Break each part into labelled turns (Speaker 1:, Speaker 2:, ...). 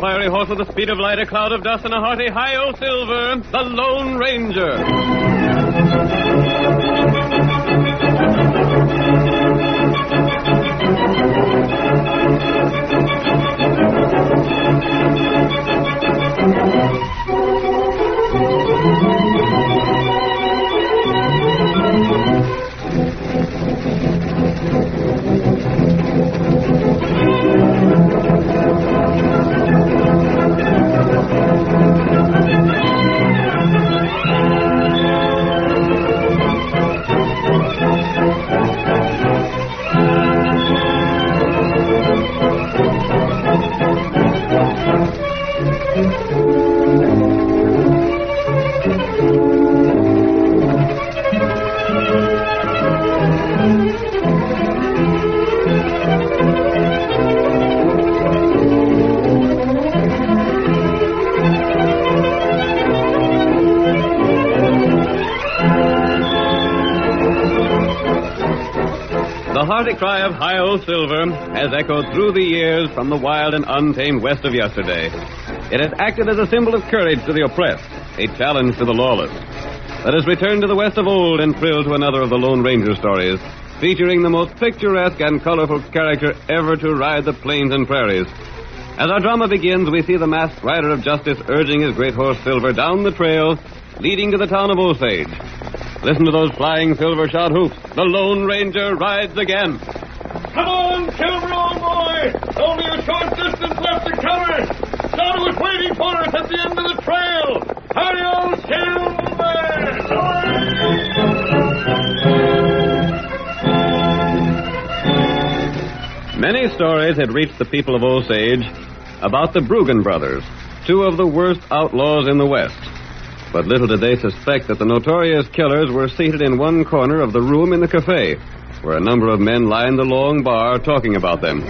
Speaker 1: fiery horse with the speed of light, a cloud of dust, and a hearty high o silver, the Lone Ranger. The hearty cry of Hi O Silver has echoed through the years from the wild and untamed west of yesterday. It has acted as a symbol of courage to the oppressed, a challenge to the lawless. Let us return to the west of old and thrill to another of the Lone Ranger stories, featuring the most picturesque and colorful character ever to ride the plains and prairies. As our drama begins, we see the masked rider of justice urging his great horse Silver down the trail leading to the town of Osage. Listen to those flying silver shod hoops. The Lone Ranger rides again.
Speaker 2: Come on, Silver, old boy! Only a short distance left to cover. Santa was waiting for us at the end of the trail. Hurry on, Silver!
Speaker 1: Many stories had reached the people of Osage about the Bruggen brothers, two of the worst outlaws in the West. But little did they suspect that the notorious killers were seated in one corner of the room in the cafe, where a number of men lined the long bar talking about them.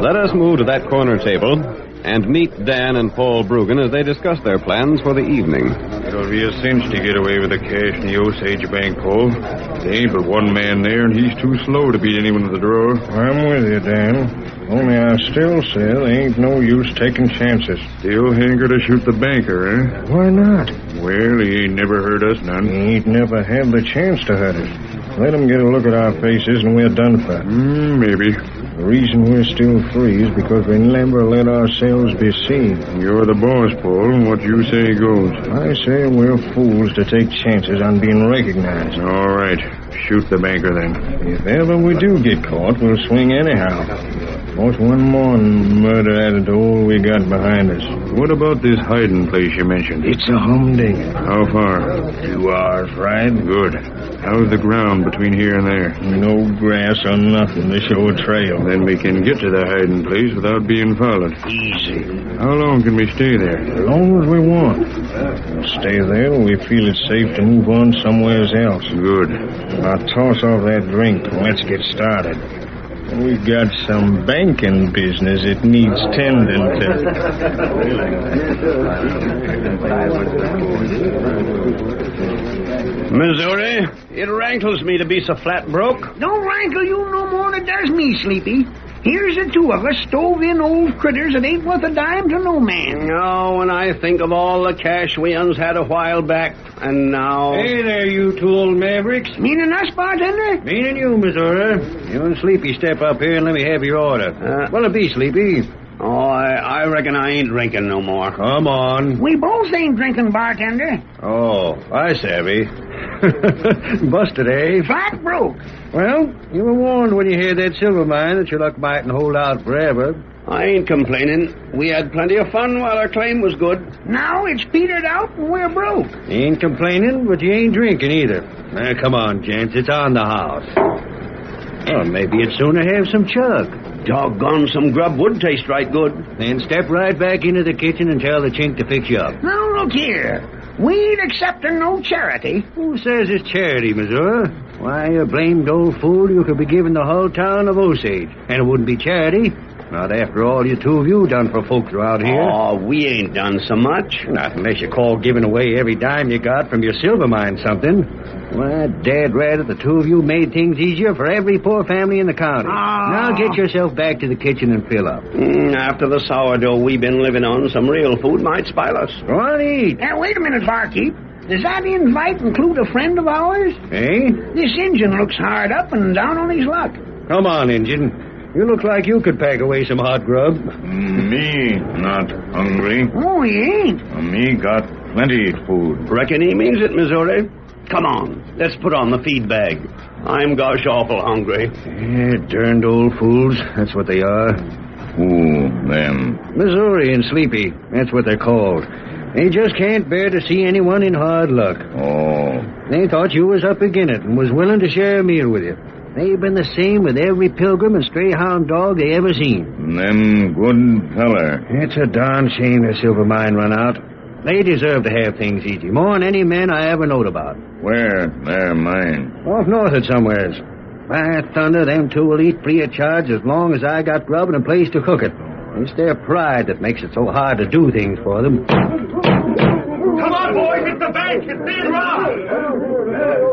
Speaker 1: Let us move to that corner table and meet Dan and Paul Bruggen as they discuss their plans for the evening.
Speaker 3: It'll be a cinch to get away with the cash in the Osage Bank, Paul. There ain't but one man there, and he's too slow to beat anyone to the draw.
Speaker 4: I'm with you, Dan. Only I still say there ain't no use taking chances.
Speaker 3: Still hanker to shoot the banker, eh?
Speaker 4: Why not?
Speaker 3: Well, he ain't never hurt us
Speaker 4: He
Speaker 3: none.
Speaker 4: ain't never had the chance to hurt us. Let 'em get a look at our faces and we're done for.
Speaker 3: Hmm, maybe.
Speaker 4: The reason we're still free is because we never let ourselves be seen.
Speaker 3: You're the boss, Paul, and what you say goes.
Speaker 4: I say we're fools to take chances on being recognized.
Speaker 3: All right. Shoot the banker then.
Speaker 4: If ever we do get caught, we'll swing anyhow. What's one more murder added to all we got behind us?
Speaker 3: What about this hiding place you mentioned?
Speaker 4: It's a humdinger.
Speaker 3: How far?
Speaker 4: Two hours ride.
Speaker 3: Good. How's the ground between here and there?
Speaker 4: No grass or nothing to show a trail.
Speaker 3: Then we can get to the hiding place without being followed.
Speaker 4: Easy.
Speaker 3: How long can we stay there?
Speaker 4: As long as we want. We'll stay there till we feel it's safe to move on somewheres else.
Speaker 3: Good.
Speaker 4: Now toss off that drink and let's get started. We got some banking business it needs tending to.
Speaker 5: Missouri, it rankles me to be so flat broke.
Speaker 6: Don't rankle you no more than it does me, Sleepy. Here's the two of us stove in old critters that ain't worth a dime to no man.
Speaker 5: No, when I think of all the cash we uns had a while back, and now.
Speaker 7: Hey there, you two old mavericks.
Speaker 6: Meaning us, bartender?
Speaker 7: Meaning you, Missouri. You and Sleepy step up here and let me have your order.
Speaker 5: Uh,
Speaker 7: well, it be Sleepy.
Speaker 5: Oh, I, I reckon I ain't drinking no more.
Speaker 7: Come on.
Speaker 6: We both ain't drinking, bartender.
Speaker 7: Oh, I savvy. Busted, eh?
Speaker 6: Flat broke.
Speaker 7: Well, you were warned when you heard that silver mine that your luck mightn't hold out forever.
Speaker 5: I ain't complaining. We had plenty of fun while our claim was good.
Speaker 6: Now it's petered out and we're broke.
Speaker 7: You ain't complaining, but you ain't drinking either. Now, come on, gents. It's on the house. Well, maybe you'd sooner have some chug.
Speaker 5: Doggone, some grub would taste right good.
Speaker 7: Then step right back into the kitchen and tell the chink to fix you up.
Speaker 6: Now look here. We ain't accepting no charity.
Speaker 7: Who says it's charity, Missouri? Why, you blamed old fool, you could be giving the whole town of Osage, and it wouldn't be charity.
Speaker 4: Not after all you two of you done for folks out here.
Speaker 6: Oh, we ain't done so much.
Speaker 4: Not unless you call giving away every dime you got from your silver mine something. Why, Dad rather the two of you made things easier for every poor family in the county.
Speaker 8: Ah.
Speaker 4: Now get yourself back to the kitchen and fill up.
Speaker 6: Mm, after the sourdough we've been living on, some real food might spile us.
Speaker 4: Go on, eat,
Speaker 8: Now, wait a minute, barkeep. Does that invite include a friend of ours?
Speaker 4: eh?
Speaker 8: This engine looks hard up and down on his luck.
Speaker 4: Come on, Injun. You look like you could pack away some hot grub.
Speaker 3: Me not hungry.
Speaker 8: Oh, he ain't.
Speaker 3: Me got plenty food.
Speaker 6: Reckon he means it, Missouri. Come on, let's put on the feed bag. I'm gosh awful hungry.
Speaker 4: Yeah, turned old fools. That's what they are. Mm,
Speaker 3: Who them?
Speaker 4: Missouri and Sleepy. That's what they're called. They just can't bear to see anyone in hard luck.
Speaker 3: Oh,
Speaker 4: They thought you was up agin it and was willing to share a meal with you. They've been the same with every pilgrim and stray hound dog they ever seen.
Speaker 3: them good feller.
Speaker 4: It's a darn shame their silver mine run out. They deserve to have things easy, more than any man I ever knowed about.
Speaker 3: Where they're mine?
Speaker 4: Off north at somewheres. By thunder, them two will eat free of charge as long as I got grub and a place to cook it. It's their pride that makes it so hard to do things for them.
Speaker 2: Come on, boys, it's the bank. It's being robbed.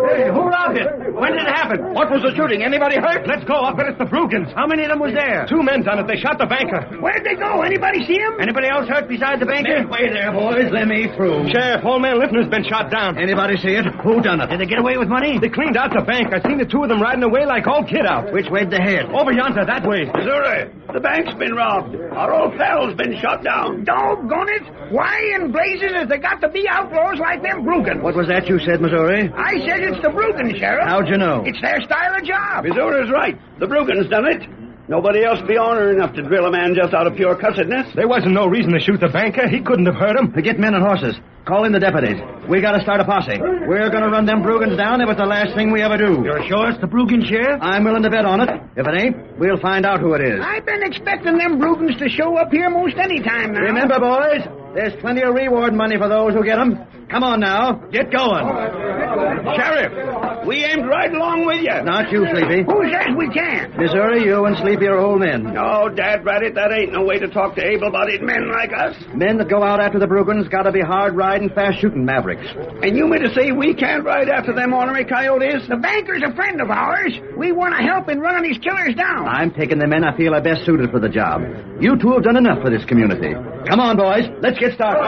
Speaker 4: Hey, who robbed it? When did it happen? What was the shooting? Anybody hurt? Let's go. I bet it's the Brugans. How many of them was there? Two men done it. They shot the banker.
Speaker 8: Where'd they go? Anybody see him?
Speaker 4: Anybody else hurt besides the banker? Wait there, boys. Let me through.
Speaker 2: Sheriff, old man Lipner's been shot down.
Speaker 4: Anybody see it? Who done it? Did they get away with money?
Speaker 2: They cleaned out the bank. I seen the two of them riding away like all kid out.
Speaker 4: Which way'd they head?
Speaker 2: Over yonder, that way.
Speaker 6: Missouri, the bank's been robbed. Our old fell's been shot down.
Speaker 8: Doggone it. Why in blazes has they got to be outlaws like them Brugans?
Speaker 4: What was that you said, Missouri?
Speaker 8: I said it's the Brugans, Sheriff.
Speaker 4: How'd you know?
Speaker 8: It's their style of job.
Speaker 6: Missouri's right. The Brugans done it. Nobody else be honor enough to drill a man just out of pure cussedness.
Speaker 2: There wasn't no reason to shoot the banker. He couldn't have hurt him.
Speaker 4: Get men and horses. Call in the deputies. We gotta start a posse. We're gonna run them Brugans down if it's the last thing we ever do. You're sure it's the Brugans, Sheriff? I'm willing to bet on it. If it ain't, we'll find out who it is.
Speaker 8: I've been expecting them Brugans to show up here most any time now.
Speaker 4: Remember, boys, there's plenty of reward money for those who get 'em. Come on now, get going.
Speaker 6: Sheriff, we aimed right along with you.
Speaker 4: Not you, Sleepy.
Speaker 8: Who says we can't?
Speaker 4: Missouri, you and Sleepy are old men.
Speaker 6: No, Dad Ratty, that ain't no way to talk to able-bodied men like us.
Speaker 4: Men that go out after the Brugans gotta be hard riding, fast shooting mavericks.
Speaker 6: And you mean to say we can't ride after them ornery coyotes?
Speaker 8: The banker's a friend of ours. We want to help in running these killers down.
Speaker 4: I'm taking the men I feel are best suited for the job. You two have done enough for this community. Come on, boys, let's get started.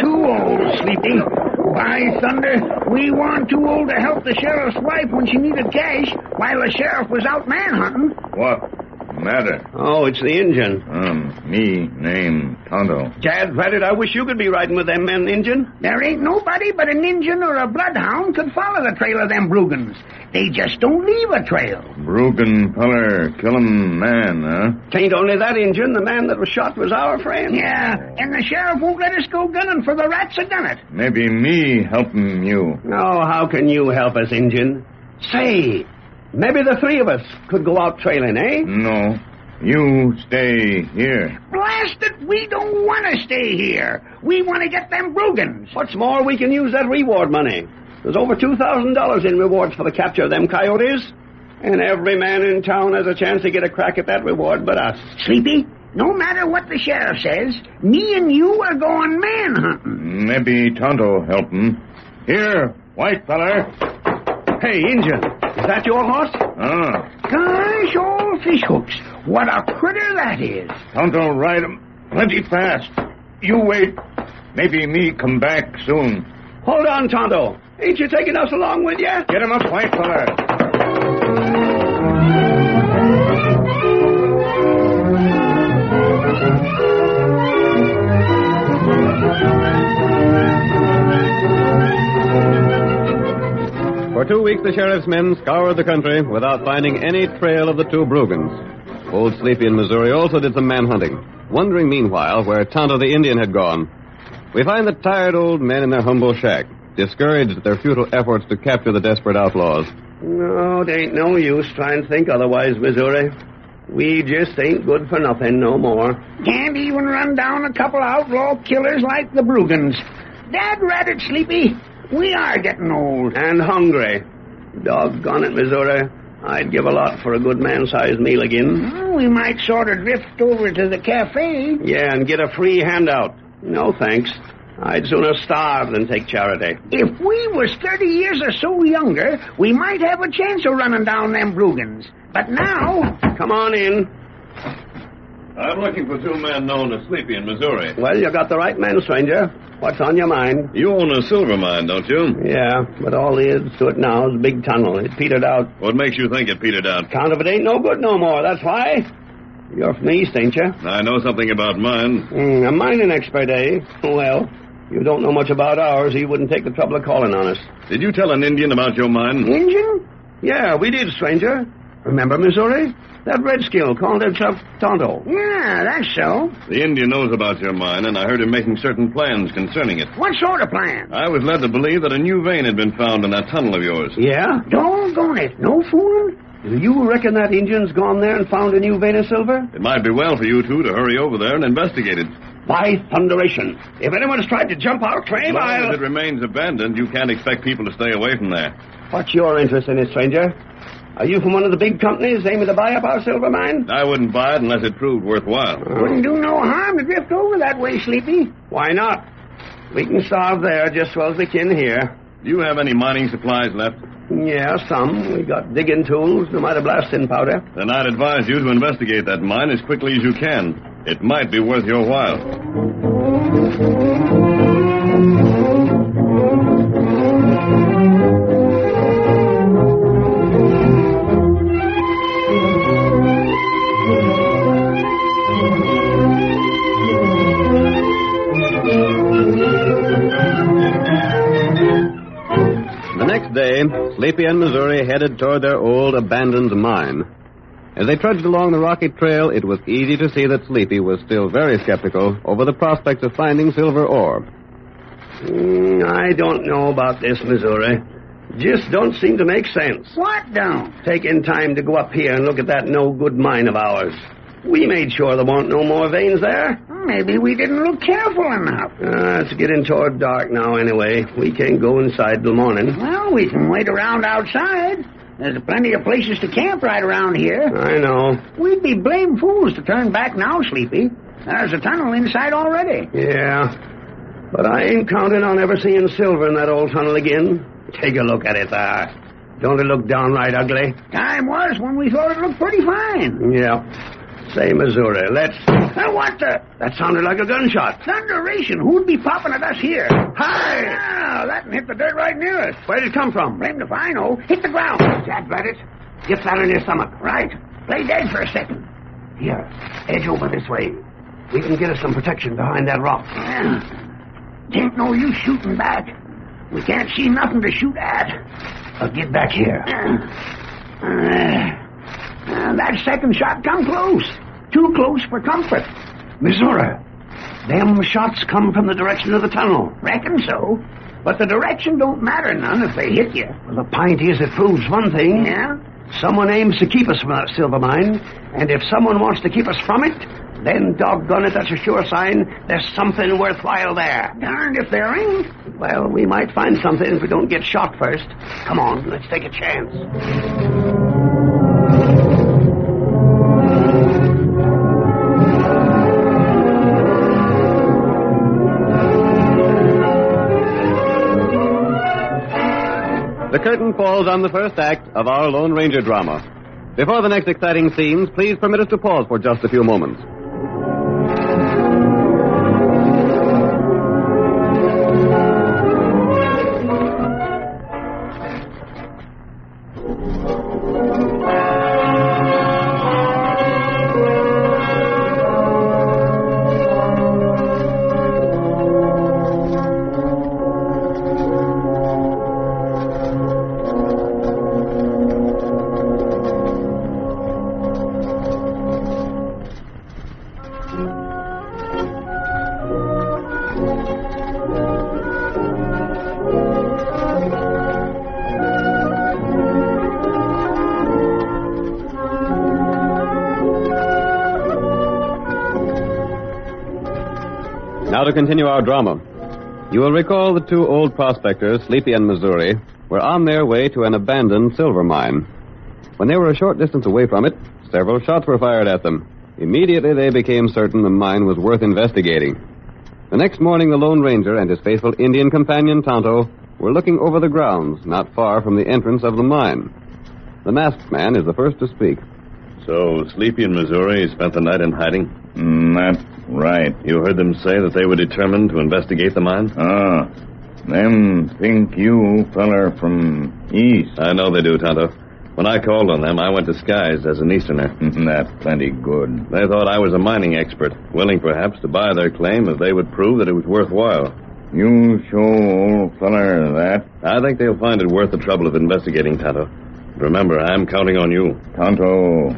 Speaker 8: Too old, Sleepy. By thunder, we weren't too old to help the sheriff's wife when she needed cash while the sheriff was out manhunting.
Speaker 3: What matter?
Speaker 6: Oh, it's the engine.
Speaker 3: Um, me name Tonto.
Speaker 6: Dad Ratty, I wish you could be riding with them men, engine.
Speaker 8: There ain't nobody but an Injun or a bloodhound could follow the trail of them Brugans. They just don't leave a trail.
Speaker 3: Broken feller, kill 'em man, huh?
Speaker 6: Tain't only that engine. The man that was shot was our friend.
Speaker 8: Yeah, and the sheriff won't let us go gunning for the rats that done it.
Speaker 3: Maybe me helping you.
Speaker 6: Oh, how can you help us, engine? Say, maybe the three of us could go out trailing, eh?
Speaker 3: No, you stay here.
Speaker 8: Blast it, we don't want to stay here. We want to get them Brugans.
Speaker 6: What's more, we can use that reward money. There's over $2,000 in rewards for the capture of them coyotes. And every man in town has a chance to get a crack at that reward but us.
Speaker 8: Sleepy, no matter what the sheriff says, me and you are going manhunting.
Speaker 3: Maybe Tonto help 'em. Here, white feller.
Speaker 6: Hey, Injun, is that your horse?
Speaker 3: Ah,
Speaker 8: Gosh, old fish hooks. What a critter that is.
Speaker 3: Tonto ride 'em plenty fast. You wait. Maybe me come back soon.
Speaker 6: Hold on, Tonto. Ain't you taking us along with you?
Speaker 3: Get him up, white feller.
Speaker 1: For two weeks, the sheriff's men scoured the country without finding any trail of the two Brugans. Old Sleepy in Missouri also did some manhunting, wondering meanwhile where Tonto the Indian had gone. We find the tired old men in their humble shack, discouraged at their futile efforts to capture the desperate outlaws.
Speaker 6: No, it ain't no use trying to think otherwise, Missouri. We just ain't good for nothing no more.
Speaker 8: Can't even run down a couple outlaw killers like the Brugans. Dad Rabbit, Sleepy, we are getting old.
Speaker 6: And hungry. Doggone it, Missouri. I'd give a lot for a good man-sized meal again.
Speaker 8: Well, Hmm, we might sort of drift over to the cafe.
Speaker 6: Yeah, and get a free handout. No thanks. I'd sooner starve than take charity.
Speaker 8: If we was 30 years or so younger, we might have a chance of running down them Brugans. But now,
Speaker 6: Come on in.
Speaker 3: I'm looking for two men known as Sleepy in Missouri.
Speaker 6: Well, you got the right man, stranger. What's on your mind?
Speaker 3: You own a silver mine, don't you?
Speaker 6: Yeah, but all there is to it now is a big tunnel. It petered out.
Speaker 3: What makes you think it petered out?
Speaker 6: Count of it ain't no good no more, that's why. You're from the East, ain't you?
Speaker 3: I know something about mine.
Speaker 6: Mm, a mining expert, eh? Well, you don't know much about ours. He wouldn't take the trouble of calling on us.
Speaker 3: Did you tell an Indian about your mine?
Speaker 6: Injun? Yeah, we did, stranger. Remember Missouri? That redskin called himself Tonto.
Speaker 8: yeah, that's so.
Speaker 3: The Indian knows about your mine, and I heard him making certain plans concerning it.
Speaker 8: What sort of plan?
Speaker 3: I was led to believe that a new vein had been found in that tunnel of yours.
Speaker 6: Yeah?
Speaker 8: Doggone it.
Speaker 6: No fooling? Do you reckon that Indian's gone there and found a new vein of silver?
Speaker 3: It might be well for you two to hurry over there and investigate it.
Speaker 6: By thunderation. If anyone's tried to jump our claim,
Speaker 3: As long
Speaker 6: I'll...
Speaker 3: as it remains abandoned, you can't expect people to stay away from there.
Speaker 6: What's your interest in it, stranger? Are you from one of the big companies aiming to buy up our silver mine?
Speaker 3: I wouldn't buy it unless it proved worthwhile.
Speaker 8: Wouldn't do no harm to drift over that way, Sleepy.
Speaker 6: Why not? We can starve there just as well as we can here.
Speaker 3: Do you have any mining supplies left?
Speaker 6: Yeah, some. We got digging tools, no matter blasting powder.
Speaker 3: Then I'd advise you to investigate that mine as quickly as you can. It might be worth your while.
Speaker 1: The next day, Sleepy and Missouri headed toward their old abandoned mine. As they trudged along the rocky trail, it was easy to see that Sleepy was still very skeptical over the prospects of finding silver ore.
Speaker 6: Mm, I don't know about this, Missouri. Just don't seem to make sense.
Speaker 8: What don't?
Speaker 6: Taking time to go up here and look at that no good mine of ours. We made sure there weren't no more veins there.
Speaker 8: Oh, Maybe we didn't look careful enough.
Speaker 6: Uh, it's getting toward dark now, anyway. We can't go inside till morning.
Speaker 8: Well, we can wait around outside. There's plenty of places to camp right around here.
Speaker 6: I know.
Speaker 8: We'd be blame fools to turn back now, Sleepy. There's a tunnel inside already.
Speaker 6: Yeah. But I ain't counting on ever seeing silver in that old tunnel again. Take a look at it there. Don't it look downright ugly?
Speaker 8: Time was when we thought it looked pretty fine.
Speaker 6: Yeah. Say, Missouri, let's.
Speaker 8: Now, what the?
Speaker 6: That sounded like a gunshot.
Speaker 8: Thunderation, who'd be popping at us here?
Speaker 6: Hi!
Speaker 8: Ah, that hit the dirt right near us.
Speaker 6: Where'd it come from?
Speaker 8: Blamed if I know. Hit the ground. Jab at it. Get that in your stomach. Right. Lay dead for a second.
Speaker 6: Here, edge over this way. We can get us some protection behind that rock.
Speaker 8: Yeah. Ain't no use shooting back. We can't see nothing to shoot at.
Speaker 6: I'll get back here.
Speaker 8: Uh, uh, that second shot come close. Too close for comfort.
Speaker 6: Missouri, them shots come from the direction of the tunnel.
Speaker 8: Reckon so. But the direction don't matter none if they hit you.
Speaker 6: Well, the pint is it proves one thing.
Speaker 8: Yeah?
Speaker 6: Someone aims to keep us from that silver mine, and if someone wants to keep us from it, then doggone it, that's a sure sign there's something worthwhile there.
Speaker 8: Darned if there ain't.
Speaker 6: Well, we might find something if we don't get shot first. Come on, let's take a chance.
Speaker 1: The curtain falls on the first act of our Lone Ranger drama. Before the next exciting scenes, please permit us to pause for just a few moments. Now to continue our drama. You will recall the two old prospectors, Sleepy and Missouri, were on their way to an abandoned silver mine.
Speaker 9: When they were a short distance away from it, several shots were fired at them. Immediately, they became certain the mine was worth investigating. The next morning, the Lone Ranger and his faithful Indian companion, Tonto, were looking over the grounds not far from the entrance of the mine. The masked man is the first to speak.
Speaker 1: So, Sleepy in Missouri spent the night in hiding?
Speaker 4: Not Mm, right.
Speaker 1: You heard them say that they were determined to investigate the mine?
Speaker 4: Ah, them think you feller from east.
Speaker 1: I know they do, Tonto. When I called on them, I went disguised as an Easterner.
Speaker 4: That plenty good.
Speaker 1: They thought I was a mining expert, willing perhaps to buy their claim if they would prove that it was worthwhile.
Speaker 4: You show old feller that.
Speaker 1: I think they'll find it worth the trouble of investigating, Tonto. Remember, I'm counting on you.
Speaker 4: Tonto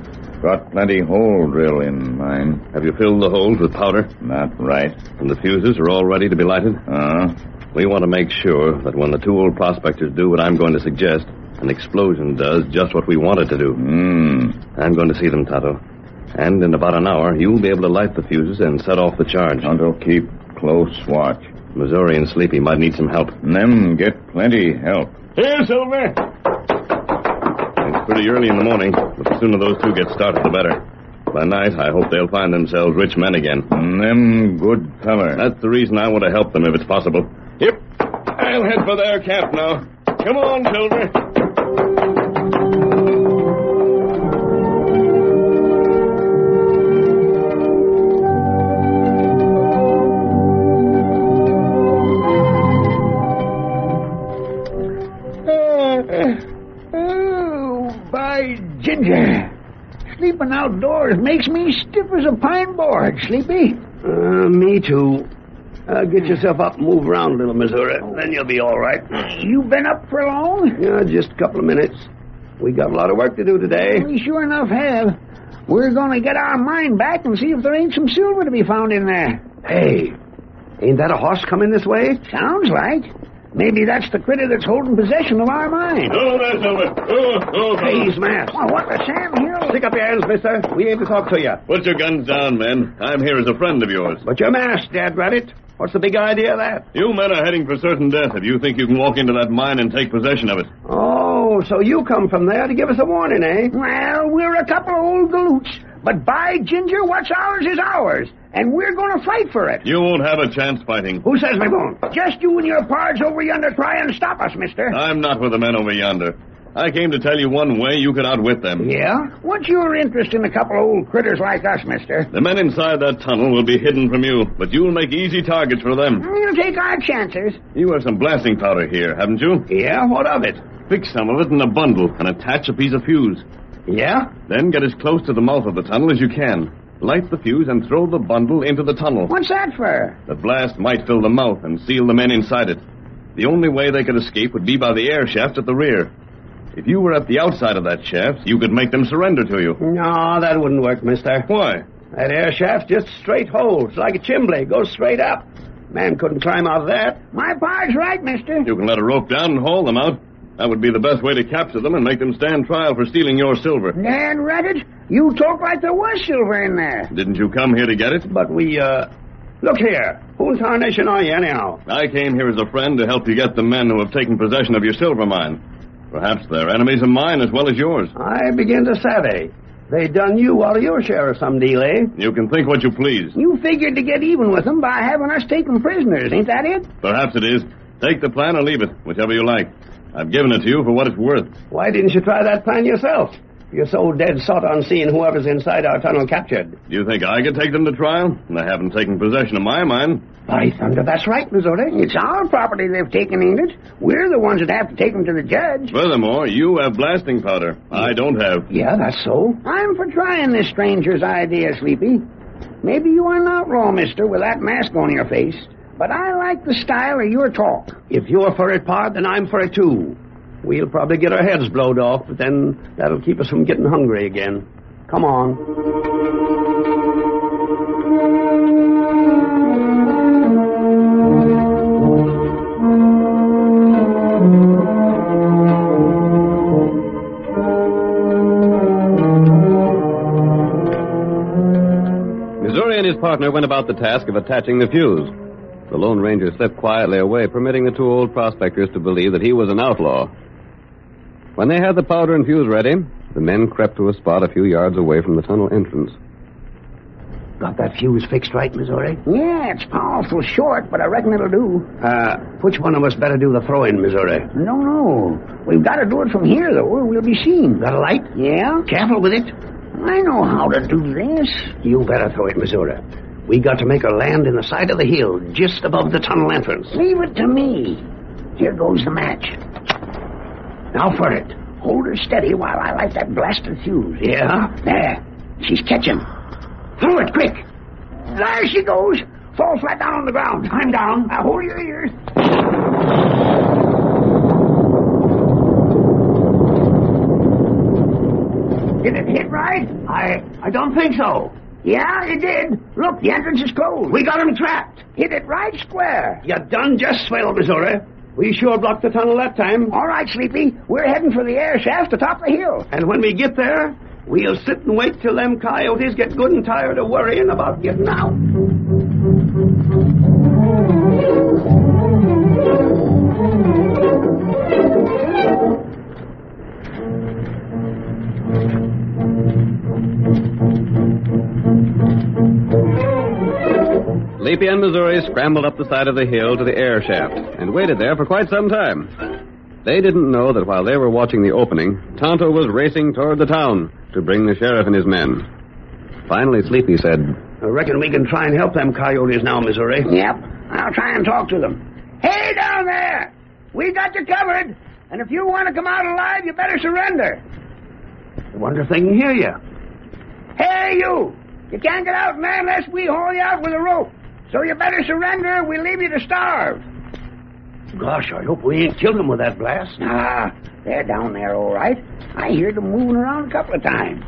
Speaker 4: got plenty hole drill in mine.
Speaker 1: Have you filled the holes with powder?
Speaker 4: Not right.
Speaker 1: And the fuses are all ready to be lighted?
Speaker 4: Uh,
Speaker 1: We want to make sure that when the two old prospectors do what I'm going to suggest, an explosion does just what we want it to do.
Speaker 4: hmm.
Speaker 1: I'm going to see them, Tonto. And in about an hour, you'll be able to light the fuses and set off the charge.
Speaker 4: Tonto keep close watch.
Speaker 1: Missouri and Sleepy might need some help.
Speaker 4: Them get plenty help.
Speaker 10: Here, Silver.
Speaker 1: It's pretty early in the morning, but the sooner those two get started, the better. By night, I hope they'll find themselves rich men again.
Speaker 4: Them good feller.
Speaker 1: That's the reason I want to help them if it's possible.
Speaker 10: Yep. I'll head for their camp now. Come on, Silver.
Speaker 6: Oh, by ginger. Sleeping outdoors makes me stiff as a pine board, Sleepy.
Speaker 11: Uh, me too. Uh, get yourself up and move around a little, Missouri. Then you'll be all right.
Speaker 6: You been up for long?
Speaker 11: Yeah, just a couple of minutes. We got a lot of work to do today.
Speaker 6: We sure enough have. We're going to get our mine back and see if there ain't some silver to be found in there.
Speaker 11: Hey, ain't that a horse coming this way?
Speaker 6: Sounds like. Maybe that's the critter that's holding possession of our mine.
Speaker 10: Oh, there, Silver. Oh, oh, oh.
Speaker 11: Please, mask.
Speaker 6: Well, what the Sam Hill?
Speaker 11: Stick up your hands, mister. We aim to talk to you.
Speaker 1: Put your guns down, men. I'm here as a friend of yours.
Speaker 11: But you're masked, Dad Rabbit. What's the big idea of that?
Speaker 1: You men are heading for certain death if you think you can walk into that mine and take possession of it.
Speaker 11: Oh, so you come from there to give us a warning, eh?
Speaker 6: Well, we're a couple of old galoots, but by ginger, what's ours is ours, and we're going to fight for it.
Speaker 1: You won't have a chance fighting.
Speaker 11: Who says we won't?
Speaker 6: Just you and your pards over yonder try and stop us, mister.
Speaker 11: Uh,
Speaker 1: I'm not with the men over yonder. I came to tell you one way you could outwit them.
Speaker 6: yeah? What's your interest in a couple of old critters like us, mister?
Speaker 1: The men inside that tunnel will be hidden from you, but you'll make easy targets for them.
Speaker 6: We'll Mm, take our chances.
Speaker 1: You have some blasting powder here, haven't you?
Speaker 11: Yeah, what of it?
Speaker 1: Fix some of it in a bundle and attach a piece of fuse.
Speaker 11: Yeah?
Speaker 1: Then get as close to the mouth of the tunnel as you can. Light the fuse and throw the bundle into the tunnel.
Speaker 6: What's that for?
Speaker 1: The blast might fill the mouth and seal the men inside it. The only way they could escape would be by the air shaft at the rear. If you were at the outside of that shaft, you could make them surrender to you.
Speaker 11: No, that wouldn't work, mister.
Speaker 1: Why?
Speaker 11: That air shaft's just straight holes, like a chimbley. Goes straight up. Man couldn't climb out of that.
Speaker 6: My pard's right, mister.
Speaker 1: You can let a rope down and haul them out. That would be the best way to capture them and make them stand trial for stealing your silver.
Speaker 6: Dan Reddit, you talk like there was silver in there.
Speaker 1: Didn't you come here to get it?
Speaker 11: But we, uh... Look here. Who in tarnation are you, anyhow?
Speaker 1: I came here as a friend to help you get the men who have taken possession of your silver mine. Perhaps they're enemies of mine as well as yours.
Speaker 11: I begin to savvy. They done you out of your share of some deal, eh?
Speaker 1: You can think what you please.
Speaker 6: You figured to get even with them by having us take them prisoners, ain't that it?
Speaker 1: Perhaps it is. Take the plan or leave it, whichever you like. I've given it to you for what it's worth.
Speaker 11: Why didn't you try that plan yourself? You're so dead set on seeing whoever's inside our tunnel captured.
Speaker 1: Do you think I could take them to trial? They haven't taken possession of my mine.
Speaker 11: By thunder, that's right, Missouri.
Speaker 6: It's our property they've taken, ain't it? We're the ones that have to take them to the judge.
Speaker 1: Furthermore, you have blasting powder. I don't have.
Speaker 11: Yeah, that's so.
Speaker 6: I'm for trying this stranger's idea, Sleepy. Maybe you are an outlaw, mister, with that mask on your face, but I like the style of your talk.
Speaker 11: If you're for it, Pard, then I'm for it too. We'll probably get our heads blowed off, but then that'll keep us from getting hungry again. Come on.
Speaker 9: Missouri and his partner went about the task of attaching the fuse. The Lone Ranger slipped quietly away, permitting the two old prospectors to believe that he was an outlaw. When they had the powder and fuse ready,
Speaker 1: The men crept to a spot a few yards away from the tunnel entrance.
Speaker 12: Got that fuse fixed right, Missouri?
Speaker 6: Yeah, it's powerful short, but I reckon it'll do.
Speaker 13: Uh, which one of us better do the throw-in, Missouri?
Speaker 6: No, no. We've got to do it from here, though, or we'll be seen.
Speaker 13: Got a light?
Speaker 6: Yeah?
Speaker 13: Careful with it.
Speaker 6: I know how to do this.
Speaker 13: You better throw it, Missouri. We got to make her land in the side of the hill, just above the tunnel entrance.
Speaker 6: Leave it to me. Here goes the match.
Speaker 13: Now for it.
Speaker 6: Hold her steady while I light that blasted fuse.
Speaker 13: Yeah?
Speaker 6: There. She's catching. Throw it, quick. There she goes. Fall flat down on the ground. I'm down. Now hold your ears. Did it hit right?
Speaker 13: I I don't think so.
Speaker 6: Yeah, it did. Look, the entrance is closed.
Speaker 13: We got 'em trapped.
Speaker 6: Hit it right square.
Speaker 13: You done just swell, Missouri. We sure blocked the tunnel that time.
Speaker 6: All right, Sleepy. We're heading for the air shaft atop the hill.
Speaker 13: And when we get there, we'll sit and wait till them coyotes get good and tired of worrying about getting out.
Speaker 1: Leapy and Missouri scrambled up the side of the hill to the air shaft and waited there for quite some time. They didn't know that while they were watching the opening, Tonto was racing toward the town to bring the sheriff and his men. Finally, Sleepy said,
Speaker 13: I reckon we can try and help them coyotes now, Missouri.
Speaker 6: Yep. I'll try and talk to them. Hey, down there! We got you covered. And if you want to come out alive, you better surrender.
Speaker 13: I wonder if they can hear you.
Speaker 6: Hey, you! You can't get out, man, unless we haul you out with a rope. So you better surrender. We leave you to starve.
Speaker 13: Gosh, I hope we ain't killed them with that blast.
Speaker 6: Ah, they're down there, all right. I heard them moving around a couple of times.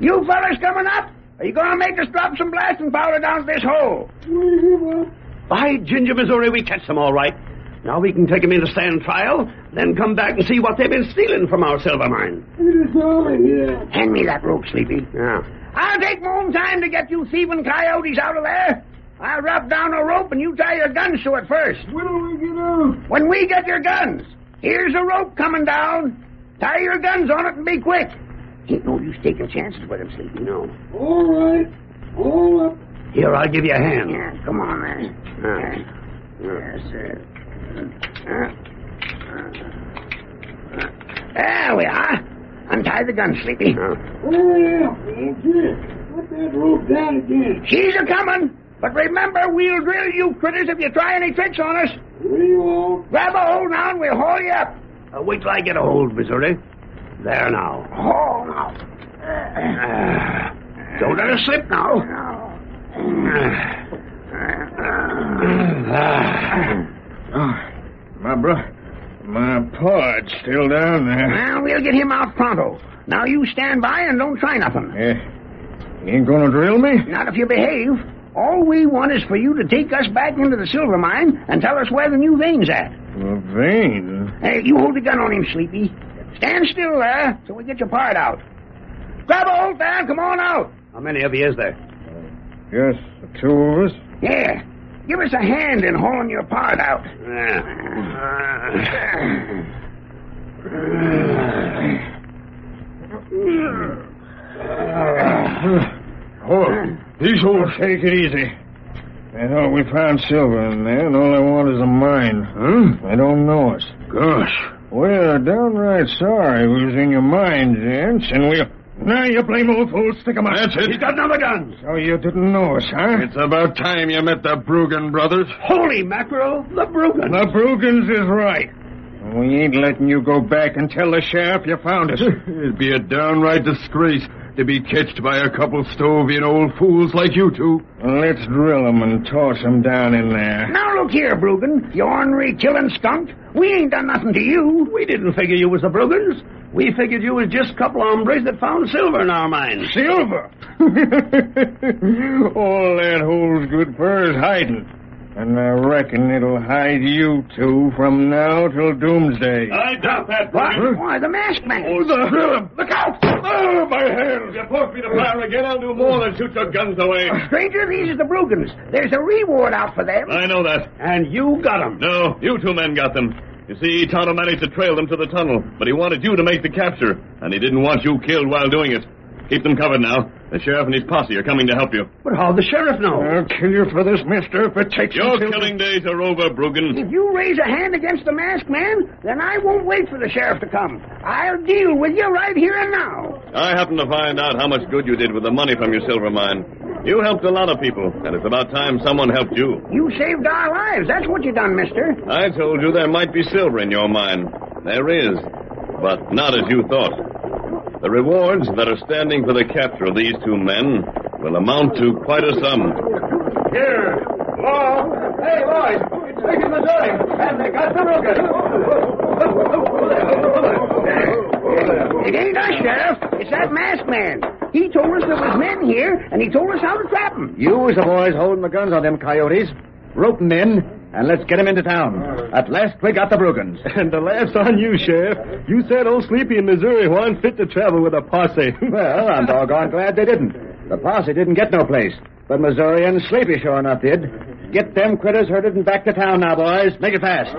Speaker 6: You fellas coming up? Are you going to make us drop some blasting powder down this hole?
Speaker 13: By ginger, Missouri, we catch them all right. Now we can take 'em in to stand trial, then come back and see what they've been stealing from our silver mine.
Speaker 6: Hand me that rope, Sleepy.
Speaker 13: Yeah.
Speaker 6: I'll take my own time to get you thieving coyotes out of there. I'll drop down a rope and you tie your guns to it first. When do we get out? When we get your guns. Here's a rope coming down. Tie your guns on it and be quick. Ain't no use taking chances with him, Sleepy. No.
Speaker 13: Here, I'll give you a hand.
Speaker 6: Yeah, come on, man. Yes, sir. Uh, uh, uh, There we are. Untie the gun, Sleepy.
Speaker 13: Oh.
Speaker 6: She's a comin', but remember, we'll drill you critters if you try any tricks on us. We won't. Grab a hold now and we'll haul you up.
Speaker 13: Uh, wait till I get a hold, Missouri. There now.
Speaker 6: Haul now.
Speaker 13: Ah, don't let us slip now. Ah, ah.
Speaker 4: Oh, My bro, my pod's still down there.
Speaker 6: Now we'll get him out pronto. Now you stand by and don't try nothing.
Speaker 4: Yeah. Eh, You ain't gonna drill me?
Speaker 6: Not if you behave. All we want is for you to take us back into the silver mine and tell us where the new vein's at.
Speaker 4: Well, vein.
Speaker 6: Hey, you hold the gun on him, Sleepy. Stand still there till we get your part out. Grab a hold there and come on out.
Speaker 13: How many of you is there?
Speaker 4: Just the two of us.
Speaker 6: Yeah. Give us a hand in hauling your part out.
Speaker 4: Oh, these old take it easy. I thought we found silver in there, and all I want is a mine. Huh? They don't know us. Hmm? Gosh. We're downright sorry we was in your mine, gents, and we'll... Now you blame old fool, stick 'em up. That's it.
Speaker 13: He's got another gun.
Speaker 4: So you didn't know us, huh?
Speaker 3: It's about time you met the Bruggen brothers.
Speaker 13: Holy mackerel, the Brugans.
Speaker 4: The Brugans is right. And We ain't letting you go back and tell the sheriff you found us.
Speaker 3: It'd be a downright disgrace to be catched by a couple Stovian old fools like you two.
Speaker 4: Let's drill 'em and toss 'em down in there.
Speaker 6: Now look here, Bruggen, you ornery killing skunk. We ain't done nothing to you.
Speaker 13: We didn't figure you was the Brugans. We figured you was just a couple hombres that found silver in our mines.
Speaker 4: Silver! All that holds good fur is hiding. And I reckon it'll hide you two from now till doomsday.
Speaker 14: I doubt that,
Speaker 6: What? Why, Oh, the masked man.
Speaker 4: the... Look out! Oh, my hand!
Speaker 14: If you force me to fire again, I'll do more than shoot your guns away.
Speaker 6: Stranger, these are the Brugans. There's a reward out for them.
Speaker 14: I know that.
Speaker 13: And you got 'em.
Speaker 14: No, you two men got them.
Speaker 1: You see, Tonto managed to trail them to the tunnel, but he wanted you to make the capture, and he didn't want you killed while doing it. Keep them covered now. The sheriff and his posse are coming to help you.
Speaker 15: But how'd the sheriff know? I'll kill you for this, mister, if it takes
Speaker 1: Your
Speaker 15: until-
Speaker 1: killing days are over, Bruggen.
Speaker 6: If you raise a hand against the masked man, then I won't wait for the sheriff to come. I'll deal with you right here and now.
Speaker 1: I happen to find out how much good you did with the money from your silver mine. You helped a lot of people, and it's about time someone helped you.
Speaker 6: You saved our lives. That's what you done, mister.
Speaker 1: I told you there might be silver in your mine. There is, but not as you thought. The rewards that are standing for the capture of these two men will amount to quite a sum.
Speaker 16: Here. Law. Hey, Lloyd. It's taking the dime. And they got the
Speaker 6: It ain't us, Sheriff. It's that masked man. He told us there was men here, and he told us how to trap 'em.
Speaker 13: You was the boys holding the guns on them coyotes. Rope 'em in, and let's get 'em into town. At last, we got the Brugans.
Speaker 17: And the laugh's on you, Sheriff. You said old Sleepy in Missouri wasn't fit to travel with a posse.
Speaker 13: well, I'm doggone glad they didn't. The posse didn't get no place, but Missouri and Sleepy sure enough did. Get them critters herded and back to town now, boys. Make it fast.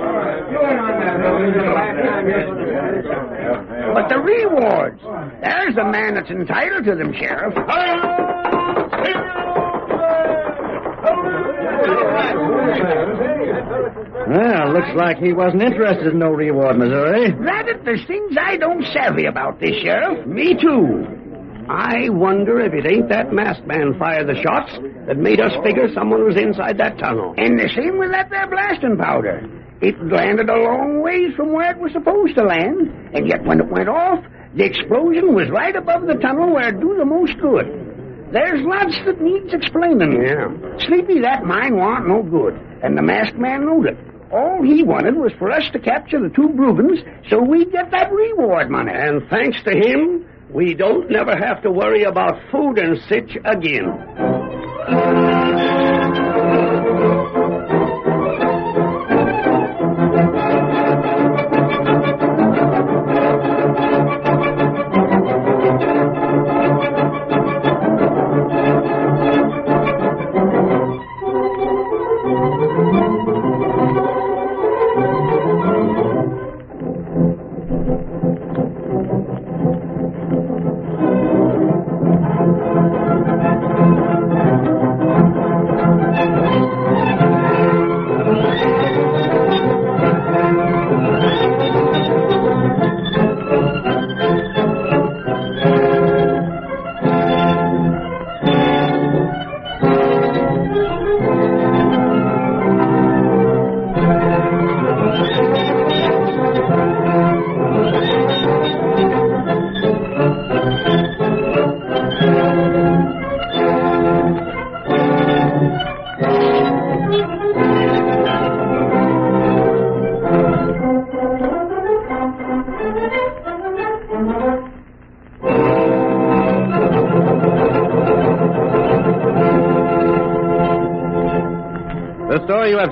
Speaker 6: But the rewards. There's the man that's entitled to them, Sheriff.
Speaker 13: Well, looks like he wasn't interested in no reward, Missouri.
Speaker 6: Rabbit, there's things I don't savvy about this, Sheriff. Me too.
Speaker 18: I wonder if it ain't that masked man fired the shots that made us figure someone was inside that tunnel.
Speaker 6: And the same with that there blasting powder. It landed a long ways from where it was supposed to land, and yet when it went off, the explosion was right above the tunnel where it do the most good. There's lots that needs explaining. Yeah. Sleepy, that mine warn't no good, and the masked man knowed it. All he wanted was for us to capture the two Brubens so we'd get that reward money.
Speaker 18: And thanks to him, we don't never have to worry about food and sich again.
Speaker 19: The story you have